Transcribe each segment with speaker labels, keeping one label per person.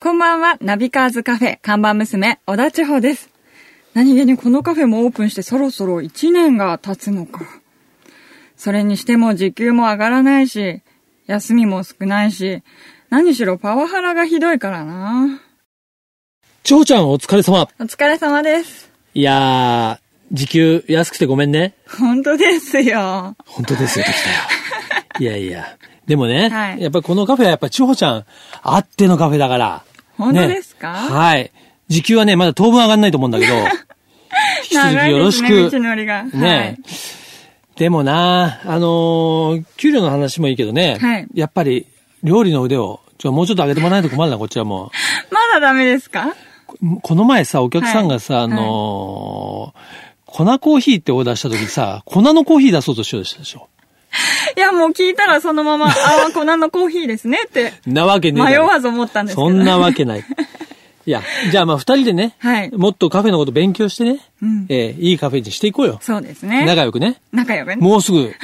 Speaker 1: こんばんは、ナビカーズカフェ、看板娘、小田千穂です。何気にこのカフェもオープンしてそろそろ1年が経つのか。それにしても時給も上がらないし、休みも少ないし、何しろパワハラがひどいからな。
Speaker 2: ちょうちゃんお疲れ様。
Speaker 1: お疲れ様です。
Speaker 2: いやー、時給安くてごめんね。
Speaker 1: 本当ですよ。
Speaker 2: 本当ですよ、できたよ。いやいや。でもね、
Speaker 1: はい
Speaker 2: やっぱりこのカフェはやっぱちほちゃんあってのカフェだから。
Speaker 1: 本当
Speaker 2: ね
Speaker 1: ですか
Speaker 2: はい。時給はね、まだ当分上がんないと思うんだ けど、引き続
Speaker 1: 長
Speaker 2: き
Speaker 1: いで
Speaker 2: よろ
Speaker 1: す
Speaker 2: し
Speaker 1: ね、
Speaker 2: く。
Speaker 1: 道のりが。
Speaker 2: ねえ。でもな、あのー給料の話もいいけどね、
Speaker 1: はい
Speaker 2: やっぱり料理の腕を、ちょ、もうちょっと上げてもらわないと困るな、こっちはも
Speaker 1: はい。まだダメですか
Speaker 2: う。この前さ、お客さんがさ、
Speaker 1: はい
Speaker 2: あのー粉コーヒーってオーダーした時さ、粉のコーヒー出そうとしようとしたでしょ。
Speaker 1: いや、もう聞いたらそのまま、ああ、粉のコーヒーですねって、
Speaker 2: なわけねえだ
Speaker 1: 迷
Speaker 2: ろ
Speaker 1: わず思ったんですけど。
Speaker 2: そんなわけ ない。いや、じゃあまあ二人でね、
Speaker 1: はい
Speaker 2: もっとカフェのこと勉強してね、
Speaker 1: うん
Speaker 2: えーいいカフェにしていこうよ。
Speaker 1: そうですね。
Speaker 2: 仲良くね。
Speaker 1: 仲良くね。
Speaker 2: もうすぐ、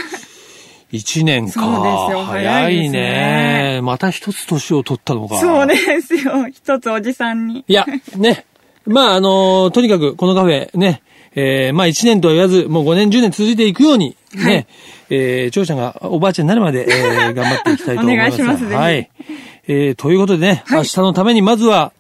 Speaker 2: 一年か。
Speaker 1: そうですよ早
Speaker 2: 早
Speaker 1: いで
Speaker 2: い
Speaker 1: すね
Speaker 2: ね。また一つ年を取ったのか。
Speaker 1: そうですよ。一つおじさんに。
Speaker 2: いや、ね。まあ、あのーとにかくこのカフェ、ね。えーまあ一年とは言わず、もう5年、10年続いていくように、ね。
Speaker 1: はい
Speaker 2: えー、長ちゃんがおばあちゃんになるまで、え ー頑張っていきたいと思います。
Speaker 1: お願いしますぜひ
Speaker 2: はい。えーということでね、明日のためにまずは、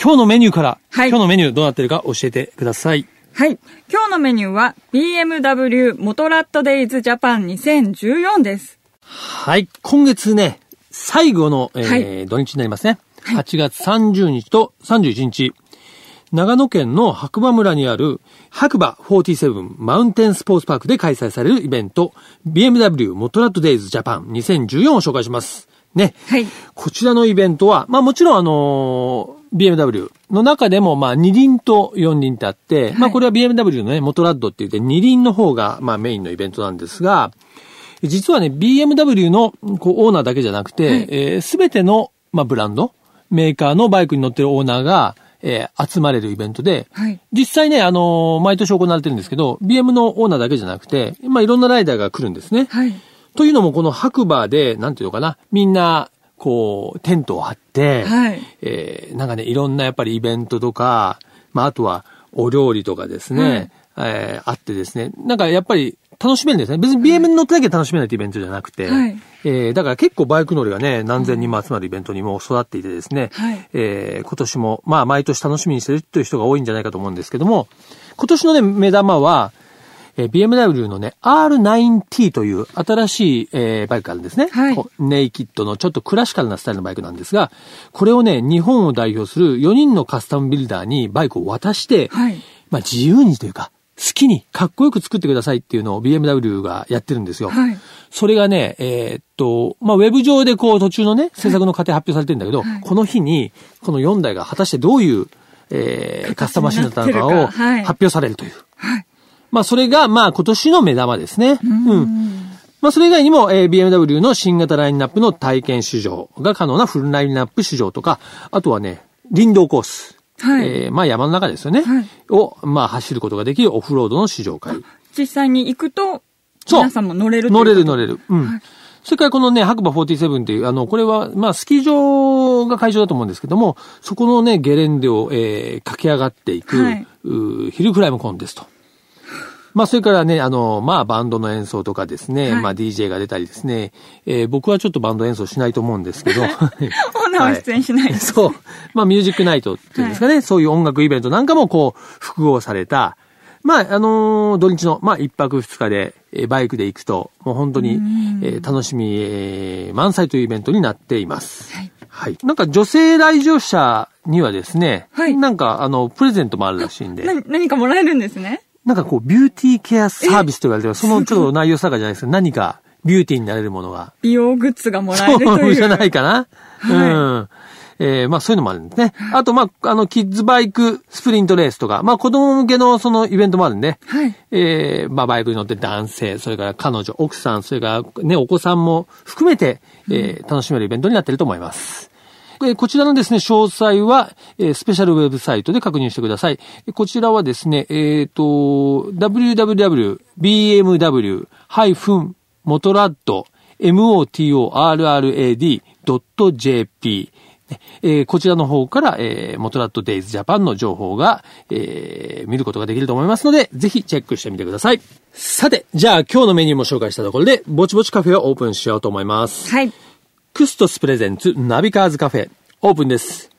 Speaker 2: 今日のメニューから、
Speaker 1: はい
Speaker 2: 今日のメニューどうなってるか教えてください。
Speaker 1: はい。今日のメニューは BMW モトラットデイズジャパン2014です。
Speaker 2: はい。今月ね、最後の、えー
Speaker 1: はい
Speaker 2: 土日になりますね。8月30日と31日。長野県の白馬村にある白馬47マウンテンスポーツパークで開催されるイベント BMW モトラットデイズジャパン2014を紹介します。ね。
Speaker 1: はい
Speaker 2: こちらのイベントは、まあもちろんあのー BMW の中でもまあ二輪と四輪ってあって、まあこれは BMW のね、モトラッドって言って二輪の方がまあメインのイベントなんですが、実はね、BMW のこうオーナーだけじゃなくて、す、べ、全ての、まあ、ブランド、メーカーのバイクに乗ってるオーナーが、えー集まれるイベントで、
Speaker 1: はい
Speaker 2: 実際ね、あのー毎年行われてるんですけど、BM のオーナーだけじゃなくて、まあ、いろんなライダーが来るんですね。
Speaker 1: はい。
Speaker 2: というのも、この白馬で、なんていうのかな、みんな、こう、テントを張って、
Speaker 1: はい
Speaker 2: えーなんかね、いろんなやっぱりイベントとか、まあ、あとは、お料理とかですね、えーあってですね、なんかやっぱり、楽しめるんですね。別に BM に乗ってなきゃ楽しめないってイベントじゃなくて、
Speaker 1: はい
Speaker 2: えーだから結構バイク乗りがね、何千人も集まるイベントにも育っていてですね、
Speaker 1: はい
Speaker 2: えー今年も、まあ、毎年楽しみにしてるという人が多いんじゃないかと思うんですけども、今年のね、目玉は、えー BMW のね、R9T という新しい、えーバイクがあるんですね、
Speaker 1: はい
Speaker 2: こうネイキッドのちょっとクラシカルなスタイルのバイクなんですが、これをね、日本を代表する4人のカスタムビルダーにバイクを渡して、
Speaker 1: はい
Speaker 2: まあ、自由にというか、好きにかっこよく作ってくださいっていうのを BMW がやってるんですよ。
Speaker 1: はい
Speaker 2: それがね、えーっと、まあ、ウェブ上でこう途中のね、制作の過程発表されてるんだけど、
Speaker 1: はい
Speaker 2: この日に、この4台が果たしてどういう、えー、カスタマーシーンだったのか
Speaker 1: な
Speaker 2: を
Speaker 1: ってるかはい
Speaker 2: 発表されるという。まあ、それが、まあ、今年の目玉ですね。うん。まあ、それ以外にも、えー BMW の新型ラインナップの体験試乗が可能なフルラインナップ試乗とか、あとはね、林道コース。
Speaker 1: はい
Speaker 2: えーまあ、山の中ですよね。
Speaker 1: はい
Speaker 2: を、まあ、走ることができるオフロードの試乗会。
Speaker 1: 実際に行くと、
Speaker 2: そう
Speaker 1: 皆さんも乗れるという
Speaker 2: 乗れる
Speaker 1: こと
Speaker 2: 乗れる。うん。それからこのね、白馬47っていう、あの、これは、まあ、スキー場が会場だと思うんですけども、そこのね、ゲレンデを、えー、駆け上がっていく、
Speaker 1: はいう
Speaker 2: ーヒルクライムコンテスト。まあ、それからね、あの、まあ、バンドの演奏とかですね、
Speaker 1: はい
Speaker 2: まあ、DJ が出たりですね、えー僕はちょっとバンド演奏しないと思うんで すけど、
Speaker 1: オーナーは出演し ないです。
Speaker 2: そう。まあ、ミュージックナイトっていうんですかね。そういう音楽イベントなんかもこう、複合された。まあ、あのー土日の、まあ、一泊二日で、えーバイクで行くと、もう本当に、えー楽しみ、えー満載というイベントになっています。
Speaker 1: はい。
Speaker 2: なんか女性来場者にはですね、
Speaker 1: はい
Speaker 2: なんか、あの、プレゼントもあるらしいんで。
Speaker 1: な何かもらえるんですね。
Speaker 2: なんかこう、ビューティーケアサービスと言われてる、そのちょっと内容さがじゃないですけど、何かビューティーになれるものが
Speaker 1: 美容グッズがもらえるという。
Speaker 2: そうじゃないかな。
Speaker 1: はい
Speaker 2: うん。えーまあそういうのもあるんですね。あと、まあ、あの、キッズバイクスプリントレースとか、まあ子供向けのそのイベントもあるんで、
Speaker 1: はい
Speaker 2: えーまあバイクに乗って男性、それから彼女、奥さん、それからね、お子さんも含めて、えー楽しめるイベントになっていると思います。えーこちらのですね、詳細は、えースペシャルウェブサイトで確認してください。えーこちらはですね、えっ、と、www.bmw-motorrad-motorrad.jp えーこちらの方から、えー、モトラットデイズジャパンの情報が、えー見ることができると思いますので、ぜひチェックしてみてください。さて、じゃあ今日のメニューも紹介したところで、ぼちぼちカフェをオープンしようと思います。
Speaker 1: はい。
Speaker 2: クストスプレゼンツナビカーズカフェオープンです。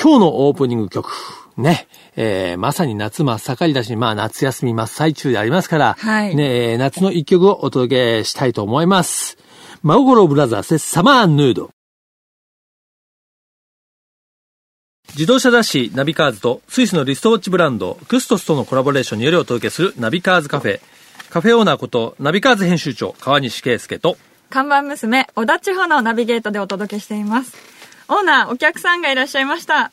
Speaker 2: 今日のオープニング曲、ね、えー、まさに夏真っ盛りだし、まあ夏休み真っ最中でありますから、
Speaker 1: はい
Speaker 2: ね、えー夏の一曲をお届けしたいと思います。真心ブラザーズでサマーヌード。自動車雑誌ナビカーズとスイスのリストウォッチブランドクストスとのコラボレーションによりお届けするナビカーズカフェ。カフェオーナーことナビカーズ編集長川西圭介と
Speaker 1: 看板娘、小田千穂のナビゲートでお届けしています。オーナー、お客さんがいらっしゃいました。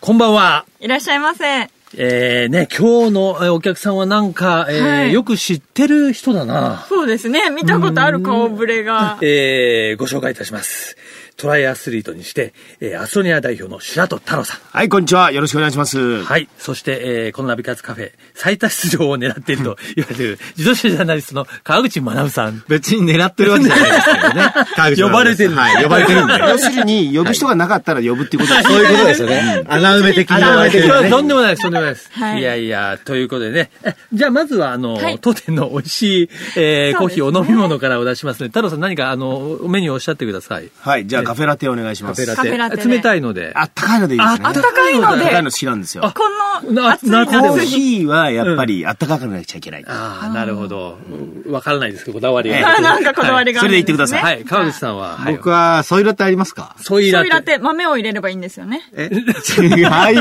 Speaker 2: こんばんは。
Speaker 1: いらっしゃいませ。
Speaker 2: えー、ね、今日のえーお客さんはなんか、えー
Speaker 1: はい
Speaker 2: よく知ってる人だな。
Speaker 1: そうですね。見たことある顔ぶれが。
Speaker 2: えー、ご紹介いたします。トライアスリートにして、えー、アストニア代表の白戸太郎さん。
Speaker 3: はい、こんにちは。よろしくお願いします。
Speaker 2: はい。そして、えー、このナビカツカフェ、最多出場を狙ってい ると言われている、自動車ジャーナリストの川口学さん。
Speaker 3: 別に狙ってるわけじゃないですけどね 川口さん。
Speaker 2: 呼ばれてる
Speaker 3: はい、呼ばれてるんで。要するに、呼ぶ人がなかったら呼ぶっていうことです。そういうことですよね。穴埋め的に
Speaker 2: あ、
Speaker 3: われてるよね。
Speaker 2: とんでもないです、とんでもないです。
Speaker 1: はい
Speaker 2: いやいや、ということでね。えじゃあ、まずは、あの、
Speaker 1: はい
Speaker 2: 当店の美味し
Speaker 1: そう
Speaker 2: い、えー
Speaker 1: ですね
Speaker 2: コーヒー、お飲み物からお出ししますね。太郎さん、何か、あの、メニューをおっしゃってください。
Speaker 3: はい、じゃあカフェラテお願いしま
Speaker 2: カ
Speaker 3: す。
Speaker 2: フェラ
Speaker 1: カフェラテ
Speaker 2: テ。
Speaker 1: で
Speaker 2: 冷たいので。
Speaker 3: あったかいのでいいですね。
Speaker 2: ああったかいので
Speaker 3: あったかいの好きなんですよ。
Speaker 1: この
Speaker 2: な
Speaker 1: 暑い夏
Speaker 3: コ
Speaker 2: な
Speaker 3: ー
Speaker 1: に
Speaker 3: ヒーはやっぱりあったかくなっちゃいけない。
Speaker 2: ああ、なるほど。うんわからないですけど、こだわり
Speaker 3: ええ
Speaker 2: が。
Speaker 1: あなんかこだわりがあるんすね
Speaker 3: それで言ってくださ
Speaker 2: はい。川口さんは、はい
Speaker 4: 僕は、ソイラテありますか
Speaker 2: ソイ
Speaker 1: ソ
Speaker 2: ラ
Speaker 1: イラ
Speaker 2: テ。
Speaker 1: テ、豆を入れればいいんですよね。
Speaker 4: え違い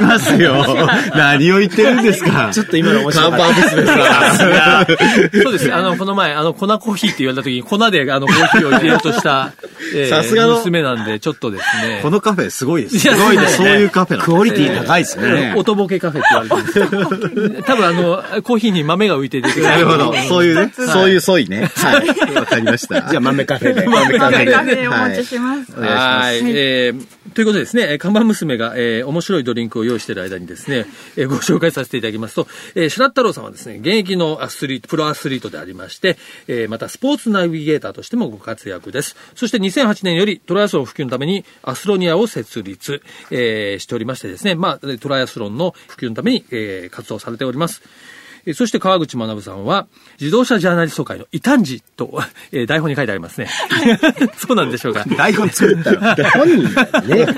Speaker 4: ますよ。何を言ってるんですか
Speaker 2: ちょっと今の面白い。
Speaker 4: 看板 娘さん。
Speaker 2: そうです。あの、この前、あの、粉コーヒーって言われた時に、粉で、あの、コーヒーを入れようとした、えー
Speaker 4: さすがの
Speaker 2: 娘なんで、ちょっとですね。
Speaker 4: このカフェすごいです。
Speaker 2: いや
Speaker 4: すごいね。
Speaker 2: す
Speaker 4: そ
Speaker 2: ご
Speaker 4: う
Speaker 2: いね
Speaker 4: いうカフェなんです
Speaker 3: クオリティ高いですね。
Speaker 2: 音ボケカフェって言われてるんです多分あの、コーヒーに豆が浮いて出てくる。
Speaker 4: なるほど。そういうね。そういうソイね。はい。わかりました。
Speaker 3: じゃあ豆カフェ で。
Speaker 2: 豆
Speaker 1: カフェ
Speaker 2: カ
Speaker 1: カ
Speaker 2: フ
Speaker 1: フ
Speaker 4: ェ
Speaker 1: ェお持ちします。
Speaker 4: お願いします
Speaker 2: はい。えーということでですね、えー看板娘が、えー面白いドリンクを用意している間にですね、えーご紹介させていただきますと、えー、白太郎さんはですね、現役のアスリート、プロアスリートでありまして、えーまたスポーツナビゲーターとしてもご活躍です。そして2008年よりトライアスロン普及のためにアスロニアを設立、えーしておりましてですね、まあ、トライアスロンの普及のために、えー活動されております。えーそして川口学さんは、自動車ジャーナリスト界の異端児と、えー台本に書いてありますね。 そうなんでしょうか。
Speaker 3: 台本作ったら。本人だよね。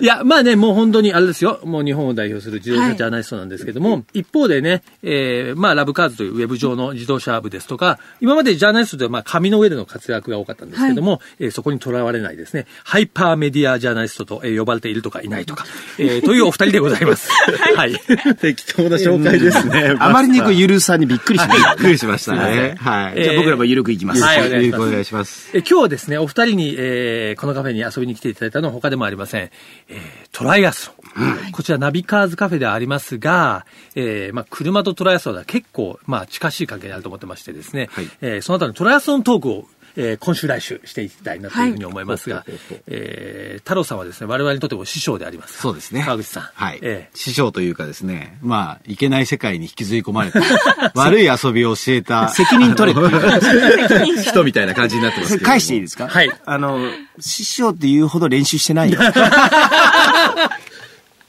Speaker 2: いや、まあね、もう本当にあれですよ。もう日本を代表する自動車ジャーナリストなんですけども、一方でね、えー、まあ、ラブカーズというウェブ上の自動車部ですとか、今までジャーナリストではまあ、紙の上での活躍が多かったんですけども、えーそこにとらわれないですね、ハイパーメディアジャーナリストと、えー呼ばれているとかいないとか、えーというお二人でございます。はい。
Speaker 4: 適当な紹介です ね。
Speaker 3: あまりにこうゆるさにびっくりしました。
Speaker 4: びっくりしましたね。はい。
Speaker 3: じゃあ僕らもゆるくいきます。
Speaker 2: はいお
Speaker 4: よ
Speaker 2: 願いし
Speaker 4: ろし
Speaker 2: ま
Speaker 4: く
Speaker 2: す
Speaker 4: お願いします。
Speaker 2: えー今日はですね、お二人に、えーこのカフェに遊びに来ていただいたのは他でもありません。えートライアスロン、こちらナビカーズカフェではありますが、えーまあ、車とトライアスロンは結構、まあ、近しい関係にあると思ってましてですね、えーその他のトライアスロントークをえー今週来週していきたいなというふうに思いますが、えー太郎さんはですね、我々にとっても師匠であります。
Speaker 4: そうですね。
Speaker 2: 川口さん。
Speaker 4: はい
Speaker 2: え。
Speaker 4: 師匠というかですね、まあ、いけない世界に引きずり込 まれた、悪い遊びを教えた。責任取れ人みたいな感じになってま
Speaker 3: そ
Speaker 4: す
Speaker 3: れ
Speaker 4: けど。
Speaker 3: 返していいです か
Speaker 2: はい
Speaker 3: あの、師匠って言うほど練習して ないよ。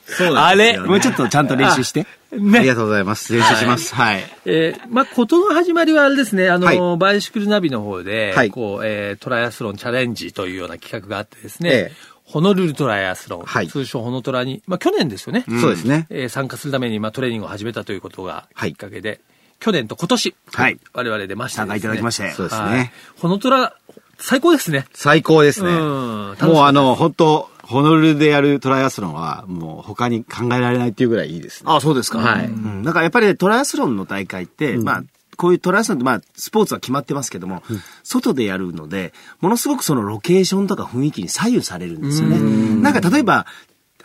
Speaker 4: そうな
Speaker 3: あ
Speaker 4: んで
Speaker 3: れ
Speaker 4: すよね
Speaker 3: もうちょっとちゃんと練習して。
Speaker 2: えね
Speaker 4: ありがとうございます。練習します。はい。
Speaker 2: えーまあ、ことの始まりはあれですね、あの、
Speaker 4: は
Speaker 2: バイシクルナビの方で、
Speaker 4: はい
Speaker 2: こう、えートライアスロンチャレンジというような企画があってですね、
Speaker 4: ええ
Speaker 2: ホノルルトライアスロン、
Speaker 4: はい
Speaker 2: 通称ホノトラに、まあ、去年ですよね。
Speaker 4: そうですね。
Speaker 2: えー参加するために、まあ、トレーニングを始めたということが
Speaker 4: は
Speaker 2: き
Speaker 4: い
Speaker 2: っかけで、去年と今年、
Speaker 3: はい
Speaker 2: 我々出ました、
Speaker 3: 参加いただきまして
Speaker 4: そうです
Speaker 2: はい
Speaker 4: ね。
Speaker 2: ホノトラ、最高ですね。
Speaker 4: 最高ですね。
Speaker 2: うん楽しみです
Speaker 4: もうあの、本当ホノルルでやるトライアスロンは、もう他に考えられないっていうぐらいいいですね。
Speaker 3: あ、そうですか。
Speaker 4: はい
Speaker 3: うん。だからやっぱりねトライアスロンの大会って、まあ、こういうトライアスロンって、まあ、スポーツは決まってますけども、外でやるので、ものすごくそのロケーションとか雰囲気に左右されるんですよね。なんか例えば、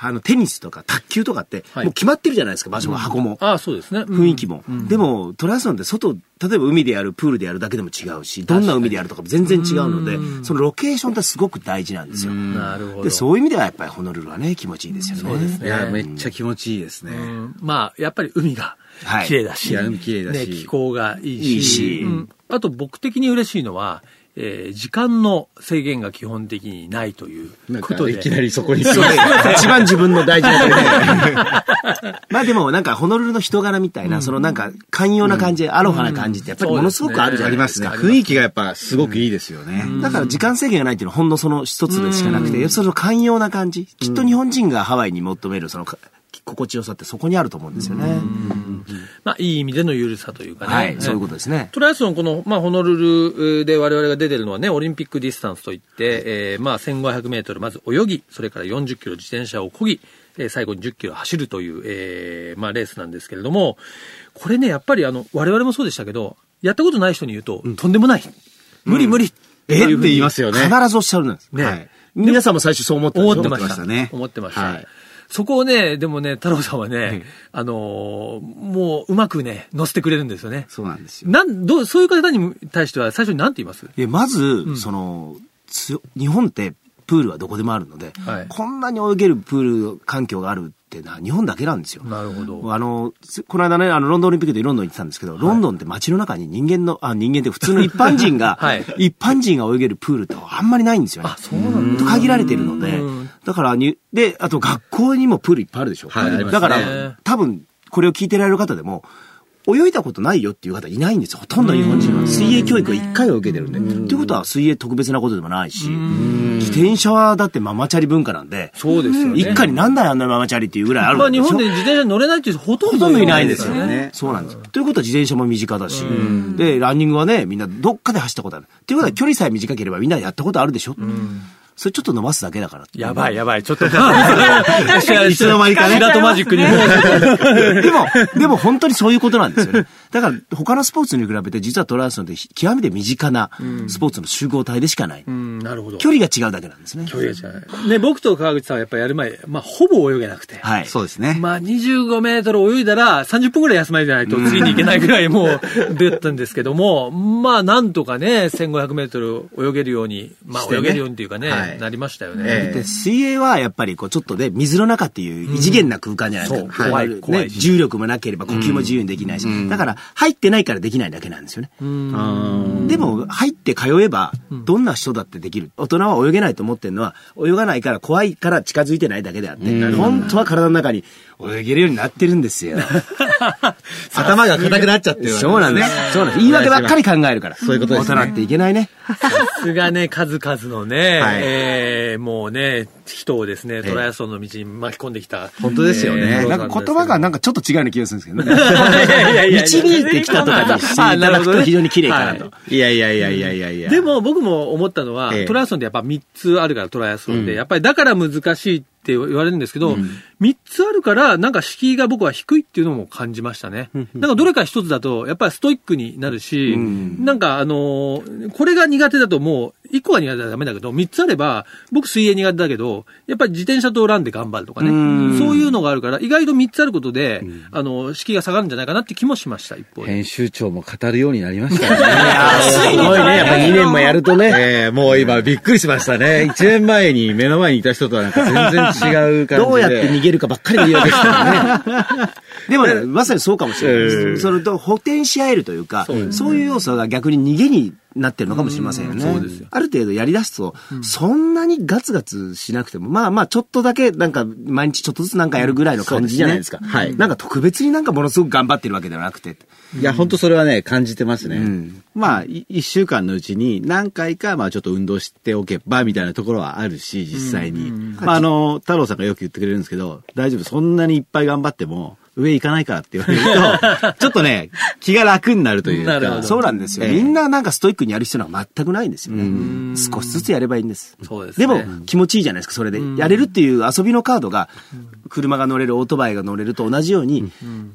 Speaker 3: あの、テニスとか卓球とかって、
Speaker 2: はい
Speaker 3: もう決まってるじゃないですか、場所も箱も。
Speaker 2: ああ、そうですね。うん
Speaker 3: 雰囲気も。でも、トライアスロンって外、例えば海でやる、プールでやるだけでも違うし、どんな海でやるとかも全然違うので、そのロケーションってすごく大事なんですよ。
Speaker 2: なるほど。
Speaker 3: で、そういう意味ではやっぱりホノルルはね、気持ちいいですよね。
Speaker 2: そうですね
Speaker 4: いや、めっちゃ気持ちいいです
Speaker 2: う
Speaker 4: ね。
Speaker 2: んまあ、やっぱり海が
Speaker 3: はい
Speaker 2: 綺麗だし、
Speaker 4: いや海綺麗だし
Speaker 2: ね、気候がいいし
Speaker 3: いいし
Speaker 2: うんあと僕的に嬉しいのは、えー時間の制限が基本的にないという
Speaker 3: なん
Speaker 2: こ
Speaker 3: か
Speaker 2: とで。
Speaker 3: いきなりそこに。
Speaker 4: 一番自分の大事なところでまあでもなんかホノルルの人柄みたいな、そのなんか寛容な感じ、アロハな感じってやっぱりものすごくあるじゃ
Speaker 5: あ
Speaker 4: な
Speaker 5: り
Speaker 4: い
Speaker 5: ま
Speaker 4: ですす
Speaker 5: ね。
Speaker 4: か。
Speaker 5: 雰囲気がやっぱすごくいいですよね。
Speaker 4: だから時間制限がないっていうのはほんのその一つでしかなくて、その寛容な感じ。きっと日本人がハワイに求めるそのか心地よさってそこにあると思うんですよね。
Speaker 2: まあ、いい意味での緩さというかね。
Speaker 4: はい、
Speaker 2: ね
Speaker 4: そういうことですね。
Speaker 2: トライアスロン、この、まあ、ホノルルで我々が出てるのはね、オリンピックディスタンスといって、えーまあ、1500メートル、まず泳ぎ、それから40キロ自転車を漕ぎ、えー最後に10キロ走るという、えーまあ、レースなんですけれども、これね、やっぱり、あの、我々もそうでしたけど、やったことない人に言うと、とんでもない。無理無理。
Speaker 5: えって言いますよね
Speaker 4: 必。ずおっしゃるんです。
Speaker 2: ね
Speaker 4: はい皆さんも最初そう思って
Speaker 2: 思
Speaker 4: た
Speaker 2: っ
Speaker 4: でしてょ
Speaker 2: ました
Speaker 5: 思ってましたね
Speaker 2: 思ってました。
Speaker 5: はい
Speaker 2: そこをね、でもね、太郎さんはね、あのーもううまくね、乗せてくれるんですよね。
Speaker 5: そうなんですよ。
Speaker 2: なん、どう、そういう方に対しては最初に何て言います
Speaker 4: いやまず、そのつ日本ってプールはどこでもあるので、
Speaker 2: はい
Speaker 4: こんなに泳げるプール環境があるってのは日本だけなんですよ。
Speaker 2: なるほど。
Speaker 4: あの、すこの間ね、あの、ロンドンオリンピックでロンドン行ってたんですけど、ロンドンって街の中に人間の、あ、人間って普通の一般人 が、
Speaker 2: はい
Speaker 4: 一般人が泳げるプールってあんまりないんですよね。
Speaker 2: あ、そうなんだ。
Speaker 4: と限られてるので
Speaker 2: うん、
Speaker 4: だからに、で、あと学校にもプールいっぱいあるでしょ。
Speaker 3: はいあります
Speaker 4: だ
Speaker 3: ね
Speaker 4: から、多分、これを聞いてられる方でも、泳いだことないよっていう方いないんですよ。ほとんど日本人は。水泳教育を一回は受けてるんで。っていうことは水泳特別なことでもないし、自転車はだってママチャリ文化なんで、
Speaker 2: そうですよね。
Speaker 4: 一家に何台あんなママチャリっていうぐらいある
Speaker 2: ま
Speaker 4: わ
Speaker 2: あ
Speaker 4: け
Speaker 2: 日
Speaker 4: でし
Speaker 2: 本
Speaker 4: ょ
Speaker 2: で自転車乗れないっていう人ほと
Speaker 4: ほ
Speaker 2: ん
Speaker 4: と
Speaker 2: ど
Speaker 4: んどいないんですよ
Speaker 2: ね。
Speaker 4: ね。そうなんです。ということは自転車も身近だし、で、ランニングはね、みんなどっかで走ったことある。ということは距離さえ短ければみんなやったことあるでしょそれちょっと伸ばすだけだからって
Speaker 2: やばいやばい、ちょっと。いつの間に
Speaker 1: かね
Speaker 2: ラトマジックにもう。
Speaker 4: でも、でも本当にそういうことなんですよね。だから他のスポーツに比べて実はトライアスロンって極めて身近なスポーツの集合体でしかない。
Speaker 2: うん、なるほど。
Speaker 4: 距離が違うだけなんですね。
Speaker 2: 距離が違う。ね、僕と川口さんはやっぱやる前、まあほぼ泳げなくて。
Speaker 4: はい。
Speaker 5: そうですね。
Speaker 2: まあ、25メートル泳いだら30分ぐらい休まないじゃないと次に行けないぐらいもう出たんですけども、まあ、なんとかね、1500メートル泳げるように、ま
Speaker 5: し
Speaker 2: あ、
Speaker 5: て
Speaker 2: 泳
Speaker 5: ね
Speaker 2: げるようにというかね、
Speaker 5: はい
Speaker 2: なりましたよ
Speaker 5: え
Speaker 2: ね。
Speaker 5: え
Speaker 4: で水泳はやっぱりこうちょっとね水の中っていう異次元な空間じゃないですか、
Speaker 2: そう
Speaker 4: 怖い
Speaker 2: は
Speaker 4: ね
Speaker 2: い怖いし
Speaker 4: 重力もなければ呼吸も自由にできないし、だから入ってないからできないだけなんですよね、でも入って通えばどんな人だってできる大人は泳げないと思ってるのは泳がないから怖いから近づいてないだけであって、本当は体の中に泳げるようになってるんです よ
Speaker 3: 頭が硬くなっちゃってるわけ
Speaker 4: そうなんですそうなんです言い訳ばっかり考えるからそういうこと
Speaker 3: ですね
Speaker 4: 大人っていけないね
Speaker 2: さすがね、数々のね、
Speaker 3: はい
Speaker 2: えーもうね、人をですね、トライアスロンの道に巻き込んできた。
Speaker 3: 本当ですよね
Speaker 2: えー
Speaker 4: なんか言葉がなんかちょっと違うような気がするんですけどね 導いてきたとかに してい
Speaker 2: あ
Speaker 4: た
Speaker 2: なる
Speaker 4: だ
Speaker 2: ほ
Speaker 4: く
Speaker 2: どね
Speaker 4: と非常に綺麗かなと。
Speaker 2: はい
Speaker 3: いやいやいやいやいやいや。
Speaker 2: で、も僕も思ったのは、
Speaker 3: ええ
Speaker 2: トライアスロンってやっぱ3つあるからトライアスロンで、やっぱりだから難しいって言われるんですけど、3つあるからなんか敷居が僕は低いっていうのも感じましたね。なんかどれか1つだとやっぱりストイックになるし、なんかあのーこれが苦手だともう1個が苦手だとダメだけど、3つあれば僕水泳苦手だけど、やっぱり自転車とランで頑張るとかね、そういうのがあるから意外と3つあることで、あの、敷居が下がるんじゃないかなって気もしました、一方で。
Speaker 3: 編集長も語るようになりましたね。
Speaker 4: すごいね。やっぱ2年もやるとね。
Speaker 3: ええもう今びっくりしましたね。1年前に目の前にいた人とはなんか全然違う感じで。
Speaker 4: どうやって逃げるかばっかり言うわけですからね。でもね、まさにそうかもしれないで
Speaker 3: ええ
Speaker 4: す。それと補填し合えるというか、そういう要素が逆に逃げになってるのかもしれませんよね。
Speaker 2: そうですよ
Speaker 4: ある程度やり出すと、そんなにガツガツしなくても、まあまあちょっとだけなんか毎日ちょっとずつなんかやるぐらいの感じじゃないですか。
Speaker 3: そうですねはい
Speaker 4: なんか特別になんかものすごく頑張ってるわけではなくて。
Speaker 3: いや、本当それはね、感じてますね。
Speaker 4: ん
Speaker 3: まあ、い一週間のうちに何回か、まあ、ちょっと運動しておけば、みたいなところはあるし、実際に。まあ、あの、太郎さんがよく言ってくれるんですけど、大丈夫、そんなにいっぱい頑張っても、上行かないからって言われる と、ちょっとね、気が楽になるという
Speaker 2: なるほ
Speaker 3: か
Speaker 2: ど。
Speaker 4: そうなんですよ。
Speaker 3: ええ
Speaker 4: みんななんかストイックにやる必要は全くないんですよね。少しずつやればいいんです。
Speaker 2: そうですね
Speaker 4: でも気持ちいいじゃないですか、それで。やれるっていう遊びのカードが、車が乗れる、オートバイが乗れると同じように、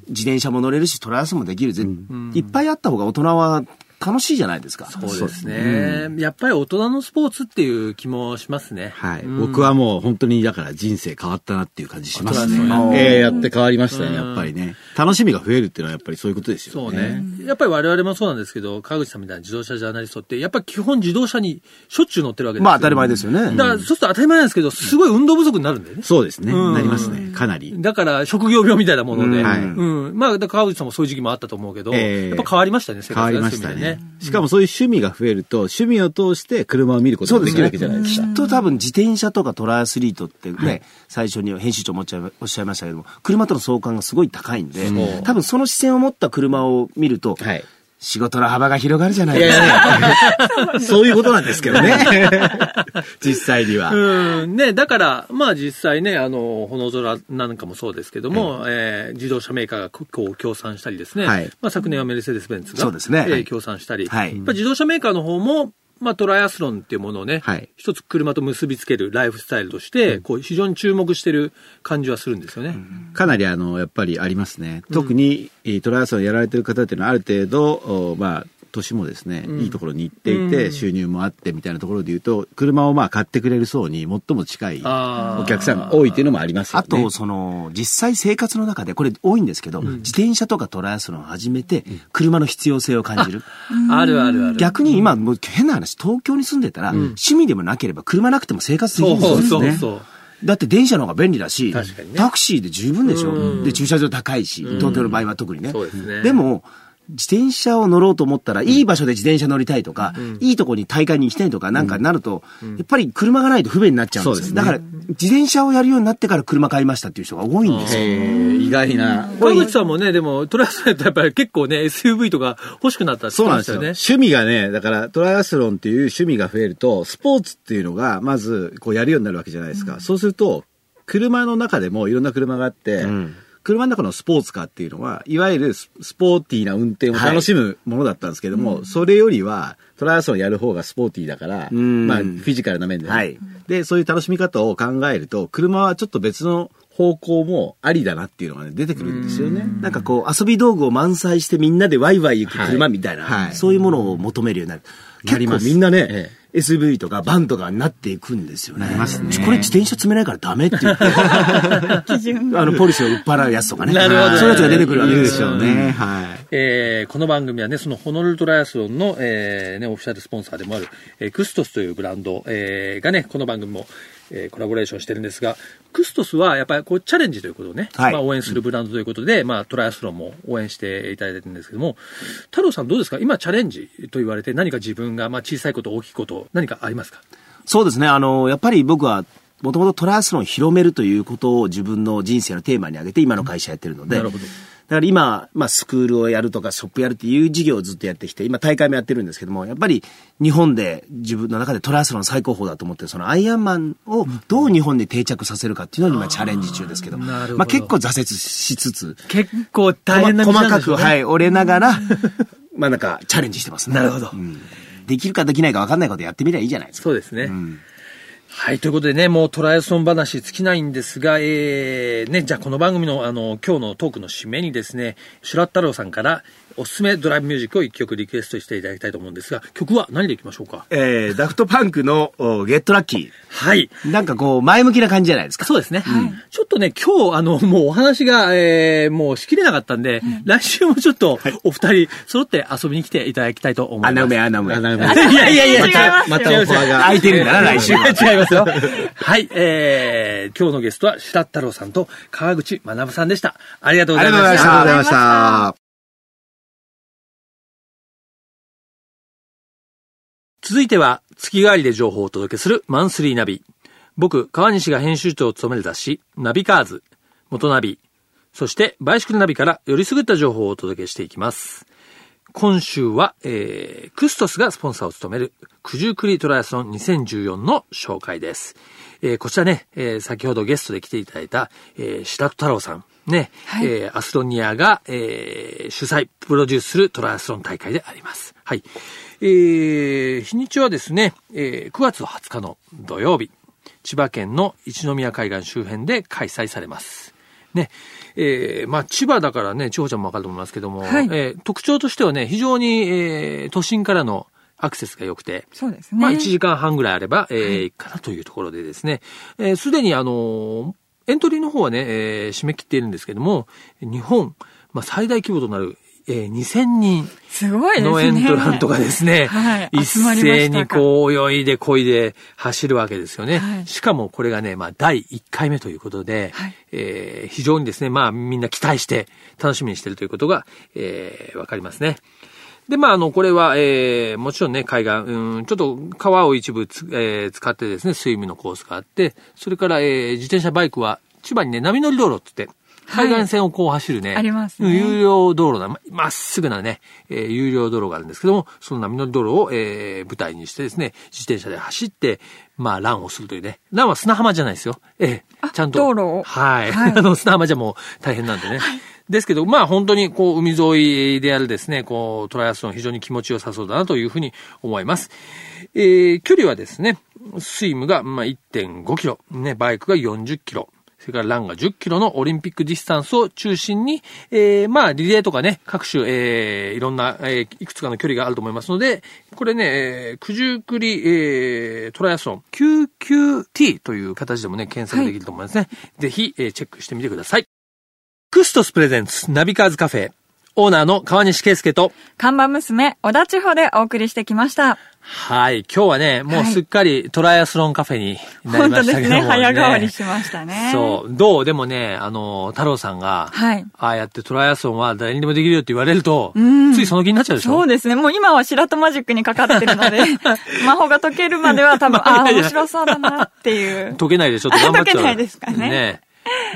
Speaker 4: 自転車も乗れるし、トライアスロンもできるぜ。いっぱいあった方が大人は楽しいじゃないですか。
Speaker 2: そうですね、やっぱり大人のスポーツっていう気もしますね。
Speaker 3: はい。僕はもう本当に、だから人生変わったなっていう感じしますね
Speaker 2: そう。
Speaker 3: ええやって変わりましたね、やっぱりね。楽しみが増えるっていうのはやっぱりそういうことです
Speaker 2: そ
Speaker 3: よ
Speaker 2: う
Speaker 3: ね。
Speaker 2: ね。やっぱり我々もそうなんですけど、川口さんみたいな自動車ジャーナリストって、やっぱり基本自動車にしょっちゅう乗ってるわけですよ
Speaker 4: まあ当たり前ですよね。
Speaker 2: だから、そうすると当たり前なんですけど、すごい運動不足になるんだよね。
Speaker 3: そうですね。なりますね。かなり。
Speaker 2: だから、職業病みたいなもので、う。
Speaker 3: うんんはい
Speaker 2: まあ、だから川口さんもそういう時期もあったと思うけど、
Speaker 3: ええ
Speaker 2: やっぱ変わりましたね、生活
Speaker 3: 変わり
Speaker 2: が
Speaker 3: ま
Speaker 2: そう
Speaker 3: し
Speaker 2: いう意
Speaker 3: た
Speaker 2: 味
Speaker 3: ね
Speaker 2: でね。
Speaker 3: しかもそういう趣味が増えると、趣味を通して車を見ることができるわけじゃないですか。
Speaker 4: きっと多分自転車とかトライアスリートってね、最初に編集長もおっちゃいおっしゃいましたけども、車との相関がすごい高いんで、多分その視線を持った車を見ると、
Speaker 3: はい。
Speaker 4: 仕事の幅が広がるじゃない
Speaker 3: い
Speaker 4: ですか。
Speaker 3: やいや、そういうことなんですけ どね。実際には。
Speaker 2: うん、ね、だから、まあ実際ね、あの、炎空なんかもそうですけども、えー自動車メーカーがこう協賛したりですね、
Speaker 3: はい
Speaker 2: まあ昨年はメルセデス・ベンツが、
Speaker 4: そうですね
Speaker 2: えー
Speaker 4: はい
Speaker 2: 協賛したり、
Speaker 4: はい
Speaker 2: やっぱ自動車メーカーの方も、まあトライアスロンっていうものをね、
Speaker 3: はい
Speaker 2: 一つ車と結びつけるライフスタイルとして、こう非常に注目してる感じはするんですよね。
Speaker 3: かなりあの、やっぱりありますね。特に、えートライアスロンやられてる方っていうのはある程度、おまあ、年もですね、いいところに行っていて、
Speaker 2: うん
Speaker 3: 収入もあってみたいなところで言うと、車をまあ買ってくれる層に最も近い
Speaker 2: あー
Speaker 3: お客さんが多いっていうのもありますよ
Speaker 4: あ
Speaker 3: ね。
Speaker 4: と、その、実際生活の中で、これ多いんですけど、自転車とかトライアスロンを始めて、車の必要性を感じる。
Speaker 2: あるあるある。
Speaker 4: 逆に今、もう変な話、東京に住んでたら、趣味でもなければ車なくても生活でき
Speaker 2: そ
Speaker 4: る
Speaker 2: うん
Speaker 4: ですよ
Speaker 2: そう
Speaker 4: ね。
Speaker 2: そうそう。
Speaker 4: だって電車の方が便利だし、
Speaker 2: 確かにね
Speaker 4: タクシーで十分でし
Speaker 2: う
Speaker 4: ょ
Speaker 2: ん
Speaker 4: で、駐車場高いし、東京の場合は特にね。
Speaker 2: そうですね
Speaker 4: でも、自転車を乗ろうと思ったら、いい場所で自転車乗りたいとか、いいとこに大会に行きたいとかなんかなると、やっぱり車がないと不便になっちゃうんですよ。だから、自転車をやるようになってから車買いましたっていう人が多いんですよ。
Speaker 3: えー意外な。
Speaker 2: 川口さんもね、でも、トライアスロンやったらやっぱり結構ね、SUV とか欲しくなったって
Speaker 3: そ
Speaker 2: 言
Speaker 3: う
Speaker 2: っ
Speaker 3: な
Speaker 2: て
Speaker 3: ん
Speaker 2: ま
Speaker 3: で
Speaker 2: し
Speaker 3: す
Speaker 2: た
Speaker 3: よ。
Speaker 2: よね。
Speaker 3: 趣味がね、だからトライアスロンっていう趣味が増えると、スポーツっていうのがまずこうやるようになるわけじゃないですか。そうすると、車の中でもいろんな車があって、
Speaker 4: ん
Speaker 3: 車の中のスポーツカーっていうのは、いわゆるススポーティーな運転を楽しむものだったんですけども、それよりはトライアスロンやる方がスポーティーだから、
Speaker 4: うん
Speaker 3: まあフィジカルな面で、ね
Speaker 4: はい
Speaker 3: で、そういう楽しみ方を考えると、車はちょっと別の方向もありだなっていうのがね、出てくるんですよね。
Speaker 4: なんかこう、遊び道具を満載してみんなでワイワイ行く車
Speaker 3: はい
Speaker 4: みたいな、
Speaker 3: はい
Speaker 4: そういうものを求めるようになる。
Speaker 3: なり
Speaker 4: 結
Speaker 3: ま
Speaker 4: 構
Speaker 3: す
Speaker 4: みんなね、
Speaker 3: え
Speaker 4: SUV とかバンとかになっていくんですよね。
Speaker 3: りますね
Speaker 4: これ自転車積めないからダメって言 って、
Speaker 1: 基準
Speaker 4: あの、ポリシーを売っ払うやつとかね。
Speaker 2: なるほど
Speaker 4: そういうやつが出てくるわけ
Speaker 3: いる
Speaker 4: で
Speaker 3: ですしょ
Speaker 4: よ
Speaker 3: う
Speaker 4: ね。
Speaker 3: ね。はい。
Speaker 2: えーこの番組はね、そのホノルルトライアスロンの、えーね、オフィシャルスポンサーでもある、えークストスというブランド、えーがね、この番組も、えーコラボレーションしてるんですが、クストスはやっぱりこうチャレンジということをね、
Speaker 4: はい
Speaker 2: まあ、応援するブランドということで、まあトライアスロンも応援していただいてるんですけども、太郎さんどうですか今チャレンジと言われて何か自分が、まあ小さいこと、大きいこと、何かありますか
Speaker 4: そうですね。あの、やっぱり僕は、もともとトライアスロンを広めるということを自分の人生のテーマに挙げて今の会社やってるので。
Speaker 2: なるほど
Speaker 4: だから今、まあ、スクールをやるとか、ショップやるっていう事業をずっとやってきて、今大会もやってるんですけども、やっぱり日本で自分の中でトライアスロン最高峰だと思ってる、そのアイアンマンをどう日本に定着させるかっていうのに今チャレンジ中ですけど、
Speaker 2: なるほど
Speaker 4: まあ結構道しつつ、
Speaker 2: 結構大変な
Speaker 4: 細
Speaker 2: 道な
Speaker 4: 細
Speaker 2: ん
Speaker 4: か
Speaker 2: でしょ
Speaker 4: く、
Speaker 2: うね
Speaker 4: はい、折れな がら、まあなんかチャレンジしてますね。
Speaker 2: なるほど
Speaker 4: うんできるかできないか分かんないことやってみりゃいいじゃないですか。
Speaker 2: そうですね。はい。ということでね、もうトライアスロン話尽きないんですが、えー、ね、じゃあこの番組の、あの、今日のトークの締めにですね、シュラッタロウさんからおすすめドライブミュージックを一曲リクエストしていただきたいと思うんですが、曲は何でいきましょうか
Speaker 4: えー、ダフトパンクのおゲットラッキ
Speaker 2: はい。
Speaker 4: ー。なんかこう、前向きな感じじゃないですか。
Speaker 2: そうですね。ちょっとね、今日、あの、もうお話が、えー、もうしきれなかったんで、来週もちょっと、お二人揃って遊びに来ていただきたいと思います。
Speaker 4: 穴埋め、穴埋め。
Speaker 3: 穴埋め
Speaker 2: いやいやいや、
Speaker 1: 違います
Speaker 3: またオファーが
Speaker 4: 空いてるんだな、来週。
Speaker 2: 違いますよ。はい、えー、今日のゲストは白太郎さんと川口学さんでした。ありがとうございま
Speaker 3: あ
Speaker 2: し
Speaker 3: り
Speaker 2: た。
Speaker 3: がとうございました。
Speaker 2: 続いては、月替わりで情報をお届けするマンスリーナビ。僕、川西が編集長を務める雑誌、ナビカーズ、元ナビ、そしてバイシクルナビからよりすぐった情報をお届けしていきます。今週は、えー、クストスがスポンサーを務める、九十九里トライアスロン2014の紹介です。えー、こちらね、えー、先ほどゲストで来ていただいた、えー、白戸太郎さん、ね、
Speaker 1: はい
Speaker 2: えーアスロニアが、えー主催、プロデュースするトライアスロン大会であります。はい。えー日にちはですね、えー9月20日の土曜日、千葉県の一宮海岸周辺で開催されます。ね、えーまあ、千葉だからね、千穂ちゃんもわかると思いますけども、
Speaker 1: はい
Speaker 2: えー特徴としてはね、非常に、えー都心からのアクセスが良くて、
Speaker 1: そうですね。
Speaker 2: まあ、1時間半ぐらいあれば、えーいいかなというところでですね、えーすでにあのーエントリーの方はね、えー締め切っているんですけども、日本、まあ、最大規模となる、えー2000人
Speaker 1: すごいですね。
Speaker 2: のエントラントがですね、
Speaker 1: はい
Speaker 2: 一
Speaker 1: 集まりましたか
Speaker 2: 斉にこう泳いで漕いで走るわけですよね。
Speaker 1: はい
Speaker 2: しかもこれがね、まあ第1回目ということで、
Speaker 1: はい
Speaker 2: えー非常にですね、まあみんな期待して楽しみにしてるということが、えーわかりますね。で、まあ、あの、これは、えー、もちろんね、海岸、うん、ちょっと川を一部つ、えー使ってですね、スイムのコースがあって、それから、えー、自転車、バイクは、千葉にね、波乗り道路って言って、
Speaker 1: はい
Speaker 2: 海岸線をこう走るね、
Speaker 1: ありますね
Speaker 2: 有料道路だ、ままっすぐなね、えー有料道路があるんですけども、その波乗り道路を、えー舞台にしてですね、自転車で走って、まあ、ランをするというね。ランは砂浜じゃないですよ。ええ
Speaker 1: あ
Speaker 2: ちゃんと。
Speaker 1: 道路を
Speaker 2: はい。
Speaker 1: はい
Speaker 2: あの、砂浜じゃもう大変なんでね。ですけど、まあ本当にこう海沿いであるですね、こうトライアスロン非常に気持ちよさそうだなというふうに思います。えー、距離はですね、スイムがまあ1.5キロ、ね、バイクが40キロ、それからランが10キロのオリンピックディスタンスを中心に、えー、まあリレーとかね、各種、えー、いろんな、えー、いくつかの距離があると思いますので、これね、えー、九十九里、えー、トライアスロン QQT という形でもね、検索できると思いますね。ぜひ、えー、チェックしてみてください。クストスプレゼンツナビカーズカフェオーナーの川西圭介と
Speaker 1: 看板娘、小田地方でお送りしてきました。
Speaker 2: はい今日はねもうすっかりトライアスロンカフェにな
Speaker 1: 本当
Speaker 2: り
Speaker 1: で
Speaker 2: ました
Speaker 1: す
Speaker 2: けども、
Speaker 1: ね。早変わりしましたね。
Speaker 2: そうどうでもねあの太郎さんが、
Speaker 1: はい
Speaker 2: ああやってトライアスロンは誰にでもできるよって言われると、
Speaker 1: ん
Speaker 2: ついその気になっちゃうでしょ
Speaker 1: そうですね。もう今は白戸マジックにかかってる ので、魔法が解けるまでは多分、
Speaker 2: まあ
Speaker 1: ああ、
Speaker 2: いやいや
Speaker 1: 面白そうだなっていう。
Speaker 2: 解けないでちょっと頑張っちゃ
Speaker 1: 解
Speaker 2: う。
Speaker 1: けないですかね
Speaker 2: ね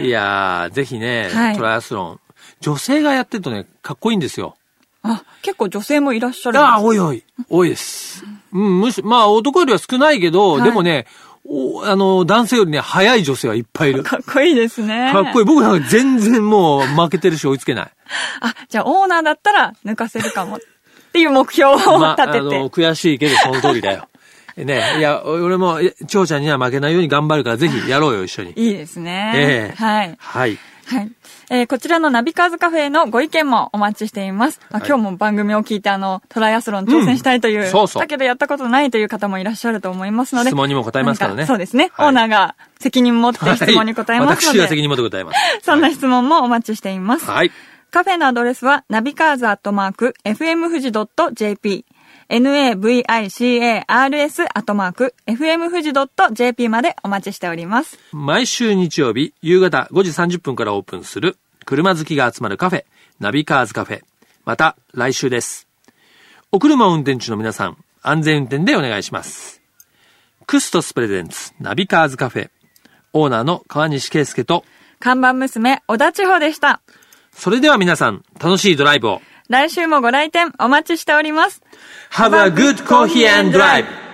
Speaker 2: いやーぜひね、
Speaker 1: はい
Speaker 2: トライアスロン女性がやってるとねかっこいいんですよ
Speaker 1: あ、結構女性もいらっしゃるんですね
Speaker 2: ああ、多い多い。多いです。うん、むし、まあ男よりは少ないけど、
Speaker 1: はい
Speaker 2: でもね、おあの、男性よりね、早い女性はいっぱいいる。
Speaker 1: か
Speaker 2: か
Speaker 1: っこいいですね。
Speaker 2: っこいい。僕なんか全然もう負けてるし追いつけ ない。
Speaker 1: あ、じゃあオーナーだったら抜かせるかもっていう目標を
Speaker 2: ま
Speaker 1: 立て
Speaker 2: あ
Speaker 1: て。
Speaker 2: の、悔しいけどその通りだよ。ね、いや、俺も、いや千穂ちゃんには負けないように頑張るから、ぜひやろうよ、一緒に。
Speaker 1: いいですね。
Speaker 2: ええ
Speaker 1: はい。
Speaker 2: はい。
Speaker 1: はい。えーこちらのナビカーズカフェのご意見もお待ちしています。あ今日も番組を聞いてあの、トライアスロン挑戦したいという、
Speaker 2: うんそうそう
Speaker 1: だけどやったことないという方もいらっしゃると思いますので。
Speaker 2: 質問にも答えますからね
Speaker 1: 何そうですね、
Speaker 2: はい
Speaker 1: オーナーが責任持って質問に答えますの
Speaker 2: 私
Speaker 1: で。
Speaker 2: が責任持って答えます。
Speaker 1: そんな質問もお待ちしています。
Speaker 2: はい。
Speaker 1: カフェのアドレスは、ナビカーズアットマーク、fmfuji.jp、navicars アットマーク、fmfuji.jp までお待ちしております。
Speaker 2: 毎週日曜日夕方5時30分からオープンする車好きが集まるカフェナビカーズカフェまた来週ですお車を運転中の皆さん安全運転でお願いしますクストスプレゼンツナビカーズカフェオーナーの川西圭介と
Speaker 1: 看板娘、小田千穂でした。
Speaker 2: それでは皆さん楽しいドライブを
Speaker 1: 来週もご来店お待ちしております。
Speaker 2: Have a good coffee and drive!